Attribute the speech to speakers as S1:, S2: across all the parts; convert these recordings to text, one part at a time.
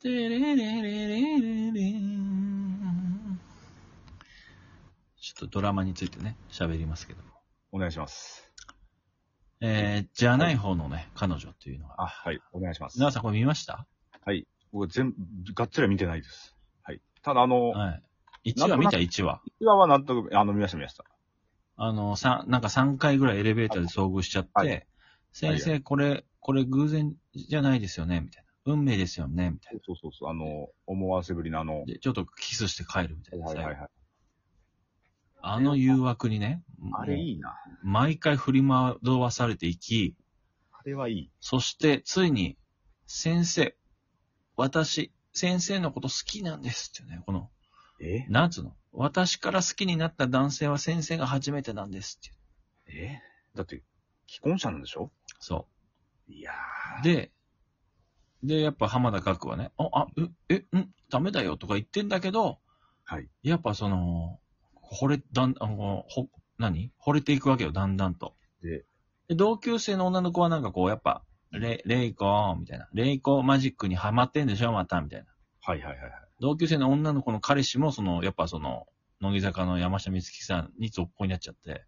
S1: てれれれれれれちょっとドラマについてね、喋りますけども。
S2: お願いします。
S1: えー、じゃない方のね、彼女っていうのが。
S2: あ、はい。お願いします。
S1: 皆さんこれ見ました
S2: はい。僕、全部、がっつりは見てないです。はい。ただ、あの、
S1: はい。1話見た1話。
S2: 今はなんとなく、あの、見ました、見ました。
S1: あの、さ、なんか3回ぐらいエレベーターで遭遇しちゃって、
S2: はい
S1: 先生、これ、これ偶然じゃないですよね、みたいな。運命ですよね、みたい
S2: そうそうそう。あの、思わせぶりなあの
S1: な。、で、ちょっとキスして帰るみたいな。
S2: はいはいはい。
S1: あの誘惑にね、
S2: あれいいな。
S1: 毎回振り惑わされていき、
S2: あれはいい。
S1: そして、ついに、先生、私、先生のこと好きなんですっていうね、この、
S2: え
S1: なんつうの私から好きになった男性は先生が初めてなんですっていう。
S2: えだって、既婚者なんでしょ
S1: そ
S2: いや
S1: う。で、で、やっぱ浜田角はね、あ、あ、え、え、ん、ダメだよとか言ってんだけど、
S2: はい。
S1: やっぱその、惚れ、だん、あの、ほ、何惚れていくわけよ、だんだんと。
S2: で
S1: で同級生の女の子はなんかこう、やっぱ、レ、レイコみたいな。レイコマジックにハマってんでしょ、また、みたいな。
S2: はいはいはいはい。
S1: 同級生の女の子の彼氏も、その、やっぱその、乃木坂の山下美月さんに続行になっちゃって、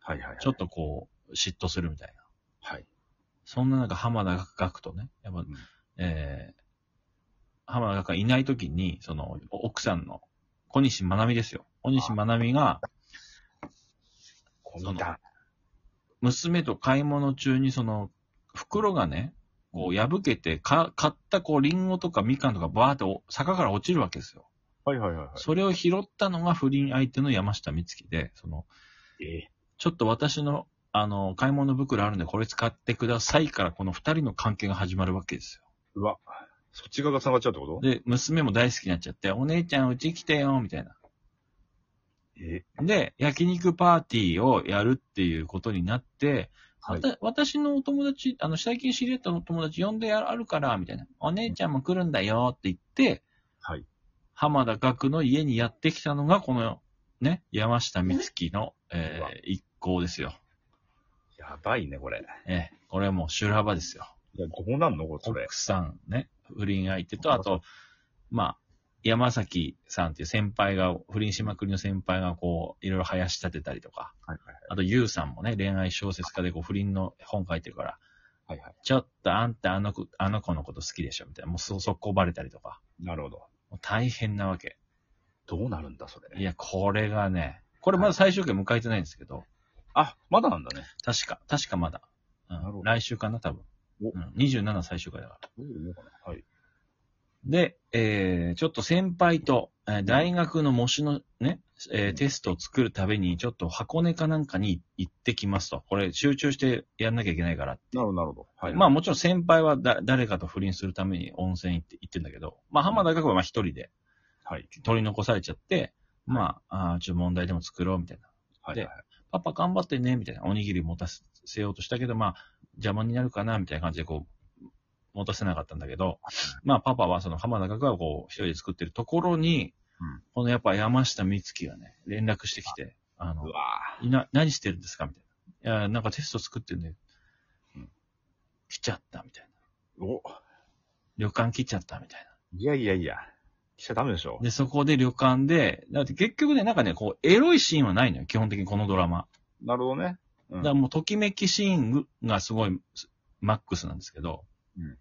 S2: はいはいはい。
S1: ちょっとこう、嫉妬するみたいな。
S2: はい。
S1: そんな中、浜田学とね、やっぱ、
S2: ん
S1: えー、浜田学がいない時に、その、お奥さんの、小西まなみですよ。小西まなみが、
S2: こんな。
S1: 娘と買い物中に、その、袋がね、こう、破けて、か、買った、こう、リンゴとかみかんとか、バーってお、坂から落ちるわけですよ。
S2: はいはいはいは
S1: それを拾ったのが不倫相手の山下美月で、その、
S2: い。え
S1: ちょっと私の、あの、買い物袋あるんでこれ使ってくださいから、この二人の関係が始まるわけです
S2: うわ。そっち側が下がっちゃうってこと
S1: よ。で、娘も大好きになっちゃって、お姉ちゃんうち来てよ、みたいな。
S2: え
S1: で、焼肉パーティーをやるっていうことになって、
S2: はい。
S1: わた私のお友達、あの、最近知り合ったお友達呼んでやあるから、みたいな。お姉ちゃんも来るんだよって言って、
S2: はい。
S1: 浜田学の家にやってきたのが、この、ね、山下美月の、え
S2: うわ
S1: ー一行ですよ。
S2: やばいね、これ。
S1: えーこれはもう修羅場ですよ。
S2: いや、どうなんのこれ、それ。
S1: 奥さんね、不倫相手と、あと、まあ、山崎さんっていう先輩が、不倫しまくりの先輩がこう、いろいろ林立てたりとか、
S2: はいはい
S1: あと、ゆうさんもね、恋愛小説家でこう、不倫の本書いてるから、
S2: はい。はいは
S1: ちょっとあんたあの子、あの子のこと好きでしょみたいな、もうそ、速攻バレたりとか、
S2: い。なるほど。
S1: もう大変なわけ。
S2: どうなるんだ、それ。
S1: いや、これがね、これまだ最終回迎えてないんですけど、
S2: あ、まだなんだね。
S1: 確か、確かまだ。う
S2: なるほ
S1: ん、
S2: ど
S1: 来週かな、多分。う
S2: お
S1: ん、27最終回だから。
S2: はい。
S1: で、えー、ちょっと先輩と、えー大学の模試のね、えーテストを作るために、ちょっと箱根かなんかに行ってきますと。これ、集中してやんなきゃいけないから。
S2: なるほど、なるほど。はい。
S1: まあ、もちろん先輩はだ誰かと不倫するために温泉行って行ってんだけど、まあ浜田学はまあ一人で
S2: はい。
S1: 取り残されちゃって、まあ、あーちょっと問題でも作ろうみたいな。
S2: はい。
S1: で
S2: はいはい
S1: パパ頑張ってね、みたいな。おにぎり持たせようとしたけど、まあ、邪魔になるかな、みたいな感じで、こう、持たせなかったんだけど、まあ、パパはその浜田学がこう、一人で作ってるところに、
S2: うん
S1: このやっぱ山下美月がね、連絡してきて、あ
S2: う
S1: の、
S2: わ
S1: いな、何してるんですかみたいな。いや、なんかテスト作ってるんで
S2: うん、
S1: 来ちゃった、みたいな。
S2: ぁお
S1: 旅館来ちゃった、みたい
S2: いやいやいや。来ちゃダメでしょ
S1: な。。で、そこで旅館で、だって結局ね、なんかね、こう、エロいシーンはないのよ、基本的にこのドラマ。
S2: なるほどね。う
S1: だ
S2: ん
S1: からもうときめきシーンがすごいマックスなんですけど、
S2: うん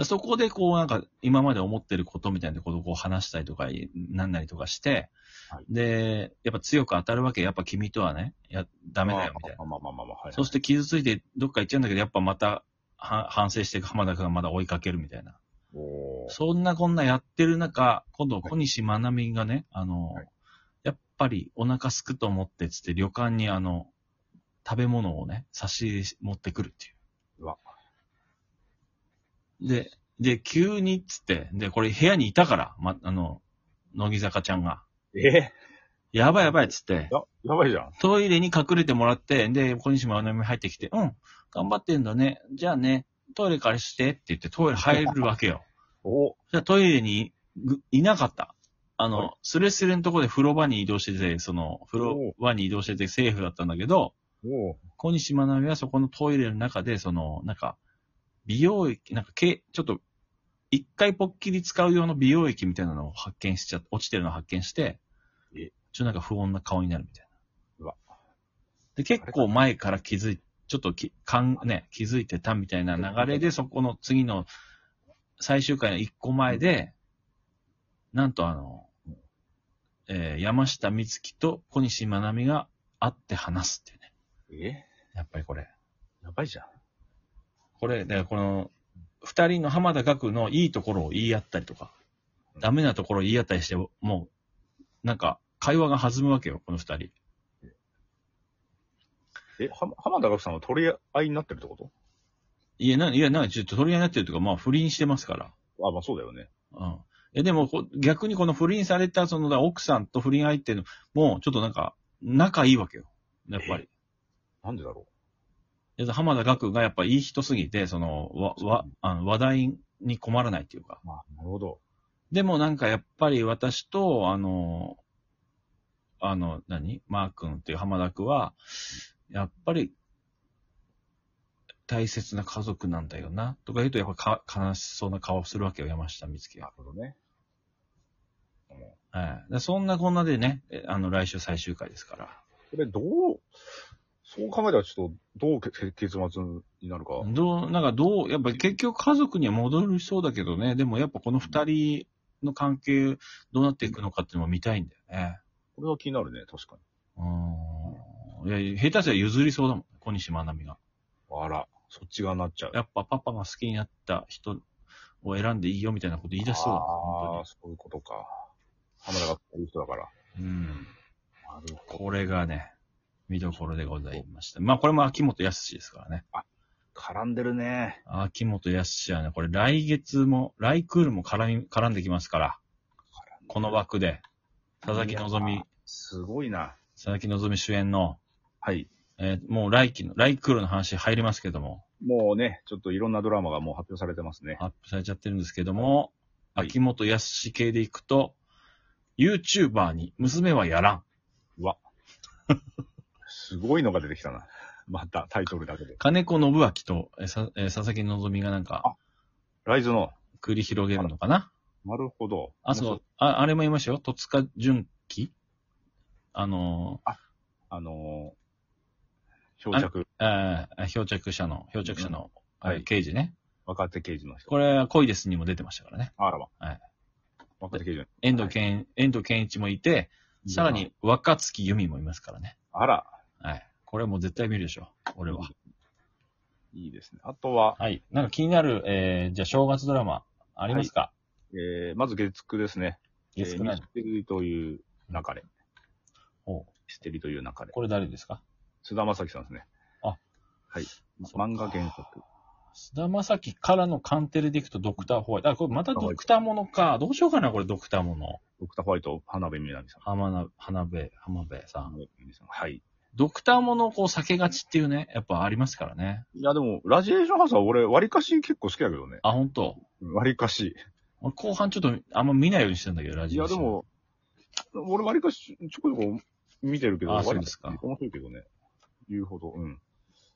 S1: だからそこでこうなんか今まで思ってることみたいなことをこう話したりとかなんなりとかして、
S2: はい
S1: で、やっぱ強く当たるわけ、やっぱ君とはね、やダメだよみたいな。
S2: まあまあまあまあまあ。はい
S1: そして傷ついてどっか行っちゃうんだけど、やっぱまたは反省して浜田君がまだ追いかけるみたいな。
S2: おー
S1: そんなこんなやってる中、今度
S2: はい
S1: 小西まなみがね、あの、
S2: はい
S1: やっぱりお腹すくと思ってつって旅館にあの、食べ物をね、差し入れし持ってくるっていう
S2: わ
S1: う。で、で、急にっつって、で、これ部屋にいたから、ま、あの、乃木坂ちゃんが、
S2: え
S1: やばいやばいっつって
S2: ー、や、やばいじゃん。
S1: トイレに隠れてもらって、で、小西まなみ入ってきて、うん、頑張ってんだね、じゃあね、トイレからしてって言ってトイレ入るわけよ。
S2: お
S1: じゃあトイレにぐいなかった。あの、
S2: はい
S1: スレスレのところで風呂場に移動してて、その、風呂場に移動しててセーフだったんだけど、
S2: お
S1: 小西まなみはそこのトイレの中で、その、なんか、美容液、なんか、け、ちょっと、一回ポッキリ使う用の美容液みたいなのを発見しちゃ、落ちてるのを発見して
S2: え、
S1: ちょっとなんか不穏な顔になるみたいな。
S2: うわ
S1: で、結構前から気づい、ちょっとき、かん、ね、気づいてたみたいな流れで、そこの次の最終回の一個前で、なんとあの、えー山下美月と小西まなみが会って話すっていうね。
S2: え
S1: やっぱりこれ。
S2: やばいじゃん。
S1: これ、だからこの、二人の浜田学のいいところを言い合ったりとか、ダメなところを言い合ったりして、もう、なんか、会話が弾むわけよ、この二人。
S2: え、は浜田岳さんは取り合いになってるってこ
S1: いや、な、いや、なんかちょっと取り合いになってるというか、まあ不倫してますから。
S2: とあ、まあそうだよね。
S1: うん。え、でもこ、逆にこの不倫された、その、だから奥さんと不倫相手の、もう、ちょっとなんか、仲いいわけよ。やっぱり。
S2: なんでだろ
S1: で浜田学がやっぱいい人すぎて、その、わ、わ、あの話題に困らないっていうか。
S2: う。まあ、なるほど。
S1: でもなんかやっぱり私と、あの、あの、何マー君っていう浜田君は、やっぱり、大切な家族なんだよな、とか言うと、やっぱか悲しそうな顔するわけよ、山下美月
S2: な
S1: は。
S2: るほどね。うん
S1: はい。だからそんなこんなでね、えあの、来週最終回ですから。
S2: これどう、そう考えたらちょっと、どうけけ結末になるか。
S1: どう、なんかどう、やっぱり結局家族には戻るそうだけどね、でもやっぱこの二人の関係、どうなっていくのかっていうのも見たいんだよね。
S2: これは気になるね、確か
S1: うん。いや、下手したら譲りそうだもん、小西まなみが。
S2: に。あら、そっち側になっちゃう。
S1: やっぱパパが好きになった人を選んでいいよみたいなこと言い出しそうだな
S2: ああ
S1: 本
S2: ー、そういうことか。浜田がこういう人だから。
S1: 当に。うん。
S2: なるほど。
S1: これがね、見どころでございました。まあこれも秋元康ですからね。
S2: 絡んでるね。
S1: 秋元康はね、これ来月も、来クールも絡み、絡んできますから。この枠で、佐々木
S2: い
S1: 希
S2: や、すごいな。
S1: 佐々木希主演の、
S2: はい。
S1: えーもう来期の、来クールの話入りますけども、
S2: もうね、ちょっといろんなドラマがもう発表されてますね。
S1: アップされちゃってるんですけども、
S2: はい
S1: 秋元康系でいくと、YouTuber に娘はやらん。
S2: すごいのが出てきたな。また、タイトルだけで。
S1: 金子信明とえーさえー佐々木希がなんか
S2: あライズの。
S1: 繰り広げるのかな
S2: なるほど。
S1: あ、そう。、ああれも言いましたよ。戸塚純喜あの
S2: あのー、漂着、
S1: ー、えー漂着者の、漂着者の、
S2: うん
S1: あれ刑事ね。
S2: 若手刑事の人。
S1: これは恋ですにも出てましたからね。
S2: あらま。
S1: はい。
S2: 若手刑事の
S1: 遠藤健、遠藤健一もいて、さら。に若月由美もいますからね。
S2: あら、
S1: はい。これはもう絶対見るでしょ。俺は。
S2: いいですね。あとは、
S1: はい。なんか気になる、えー、じゃあ正月ドラマありますか、
S2: えー、まず月9ですね。
S1: い、
S2: えーミステリーという流れ。ミ
S1: お
S2: ステリーという流れ。
S1: これ誰ですか
S2: 菅田将暉さんですね。
S1: あ。
S2: はい。
S1: そうか
S2: 漫画原作。
S1: 菅田将暉からのカンテレでいくとドクターホワイト。あ、これまたドクターものか。どうしようかな、これドクターもの。
S2: ドクターホワイト、花部みなみさん。
S1: 浜な、花部、浜部さん。
S2: 花部みなみさん。はい。
S1: ドクターものをこう避けがちっていうね、やっぱありますからね。
S2: いや、でも、ラジエーションハウスは俺、割かし結構好きだけどね。
S1: あ、本当。
S2: 割かし。
S1: 俺後半ちょっとあんま見ないようにしてんだけど、ラ
S2: い
S1: ジオ。
S2: や、で。も、俺割かし、ちょこちょこ見てるけど、
S1: あ
S2: 割
S1: そうですか
S2: 面白いけどね。言うほど。うん。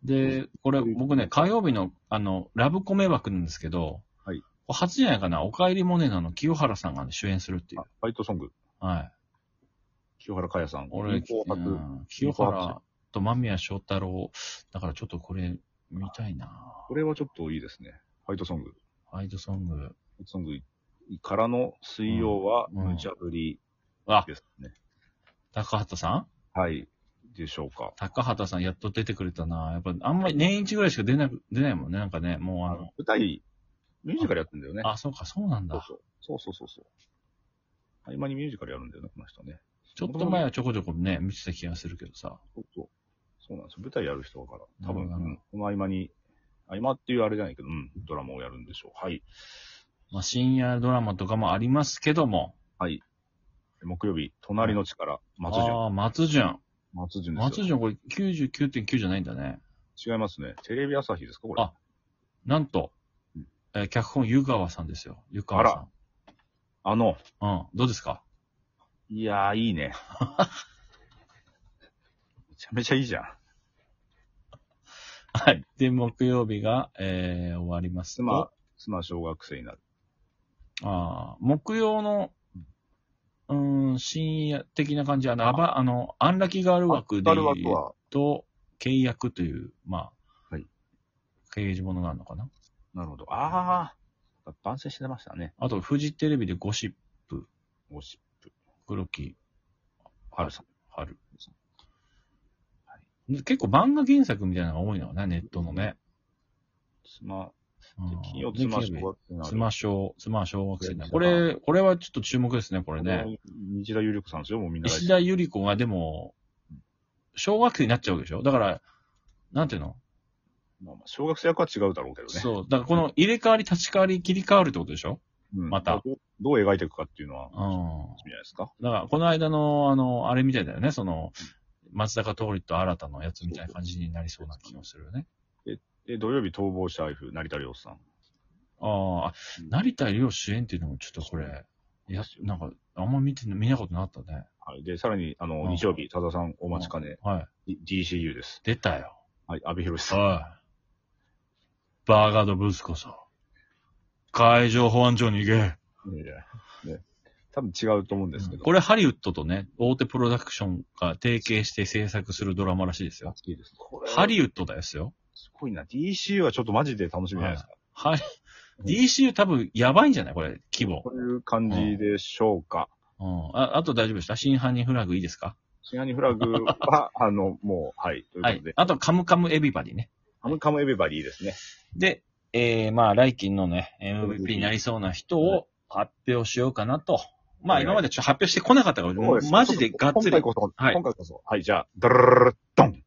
S1: で、これ僕ね、火曜日のあの、ラブコメ枠なんですけど、
S2: はい。
S1: 初じゃないかな、おかえりモネナの清原さんが、ね、主演するっていう
S2: あ。ファイトソング。
S1: はい。
S2: 清原かやさん。
S1: 俺、
S2: 紅白
S1: うん清原と間宮祥太郎。だからちょっとこれ、見たいな
S2: これはちょっといいですね。ファイトソング。フ
S1: アイドソング。
S2: ァイトソングからの水曜は、
S1: うんうん
S2: 無茶ぶり
S1: あ、
S2: ですね。
S1: 高畑さん
S2: はい。でしょうか。
S1: 高畑さんやっと出てくれたなやっぱあんまり年一ぐらいしか出なく、出ないもんね。なんかね、もうあの、
S2: 舞台、ミュージカルやってんだよね。
S1: あ、そうか、そうなん
S2: そう
S1: だ。
S2: そう。そうそうそうそう。合間にミュージカルやるんだよね、この人ね。
S1: ちょっと前はちょこちょこね、見てた気がするけどさ。
S2: そうそう。そうなんですよ。舞台やる人だから、多分、
S1: なるほど
S2: うんこの合間に、合間っていうあれじゃないけど、うん、ドラマをやるんでしょう。はい。
S1: まあ、深夜ドラマとかもありますけども。
S2: 木曜日、隣の力、松潤。
S1: ああ、松潤。
S2: 松潤です
S1: 松
S2: よ。
S1: 潤これ99.9じゃないんだね。
S2: 違いますね。テレビ朝日ですか、これ。
S1: あなんと
S2: うん、
S1: えー脚本湯川さんですよ。湯川さ
S2: あの、
S1: ん。うん。どうですか
S2: いやー、いいね。 めちゃめちゃいいじゃん。
S1: はい。で、木曜日が、えー、終わりますと。
S2: 妻、妻小学生になる。
S1: ああ、木曜の、うーん、深夜的な感じ、あの、アバ、あの、アンラキガール枠で
S2: ある枠は、
S1: と、契約という、まあ、
S2: はい。
S1: 掲示物があるのかな。
S2: なるほど。ああ、番宣してましたね。
S1: あと、フジテレビでゴシップ、
S2: ゴシップ。
S1: 黒木
S2: はるさん。
S1: 春
S2: そう。
S1: で結構漫画原作みたいなのが多いのかな、ネットのね。
S2: つま、
S1: うん
S2: 金曜つま
S1: で
S2: し
S1: 金曜
S2: こが。
S1: つま小、つま小学生だ
S2: うん
S1: これ、これはちょっと注目ですね、これね。。
S2: 西田有力さんですよ、もうみんな大好き。
S1: 石田ゆり子がでも、小学生になっちゃうわけでしょだから、なんていうの
S2: まあまあ小学生役は違うだろうけどね。
S1: そう。だからこの入れ替わり、立ち替わり、切り替わるってことでしょ
S2: うん
S1: また
S2: どう。どう描いていくかっていうのは、
S1: う
S2: い
S1: ん。
S2: いんじゃないですか。
S1: だから、この間の、あの、あれみたいだよね。その、松坂桃李と新たのやつみたいな感じになりそうな気もするよね。
S2: で、土曜日逃亡者 F、成田凌さん。
S1: ああ、成田凌主演っていうのもちょっとこれ、いや、なんか、あんま見て、見なことなかったね。
S2: はい。で、さらに、あの、
S1: うん
S2: 日曜日、多田さんお待ちかね、
S1: はい。
S2: D- DCU です。
S1: 出たよ。
S2: はい、阿部寛さん。
S1: おい。バーガードブスこそ。海上保安庁に行け。
S2: いやいやね多分違うと思うんですけど。
S1: これハリウッドとね、大手プロダクションが提携して制作するドラマらしいですよ。
S2: 好きです。これ
S1: ハリウッドだよですよ。
S2: すごいな。DCU はちょっとマジで楽しみじゃないですか。
S1: はい。
S2: うん
S1: DCU 多分やばいんじゃないこれ、規模。
S2: こういう感じでしょうか。
S1: うん。あ、あと大丈夫でした真犯人フラグいいですか
S2: シガニフラグは、あの、もう、はい。というこ
S1: は
S2: と
S1: い
S2: で、。
S1: あと、カムカムエビバディね。
S2: カムカムエビバリーですね。
S1: で、えー、まあ、来金のね、
S2: MVP
S1: MVP になりそうな人を発表しようかなと。まあ、
S2: はい
S1: 今までちょっと発表してこなかったから、もうマジでがっつ
S2: 今回
S1: り。
S2: こそ、
S1: はい
S2: 今回こそ。はい、じゃあ、ドルルルルドン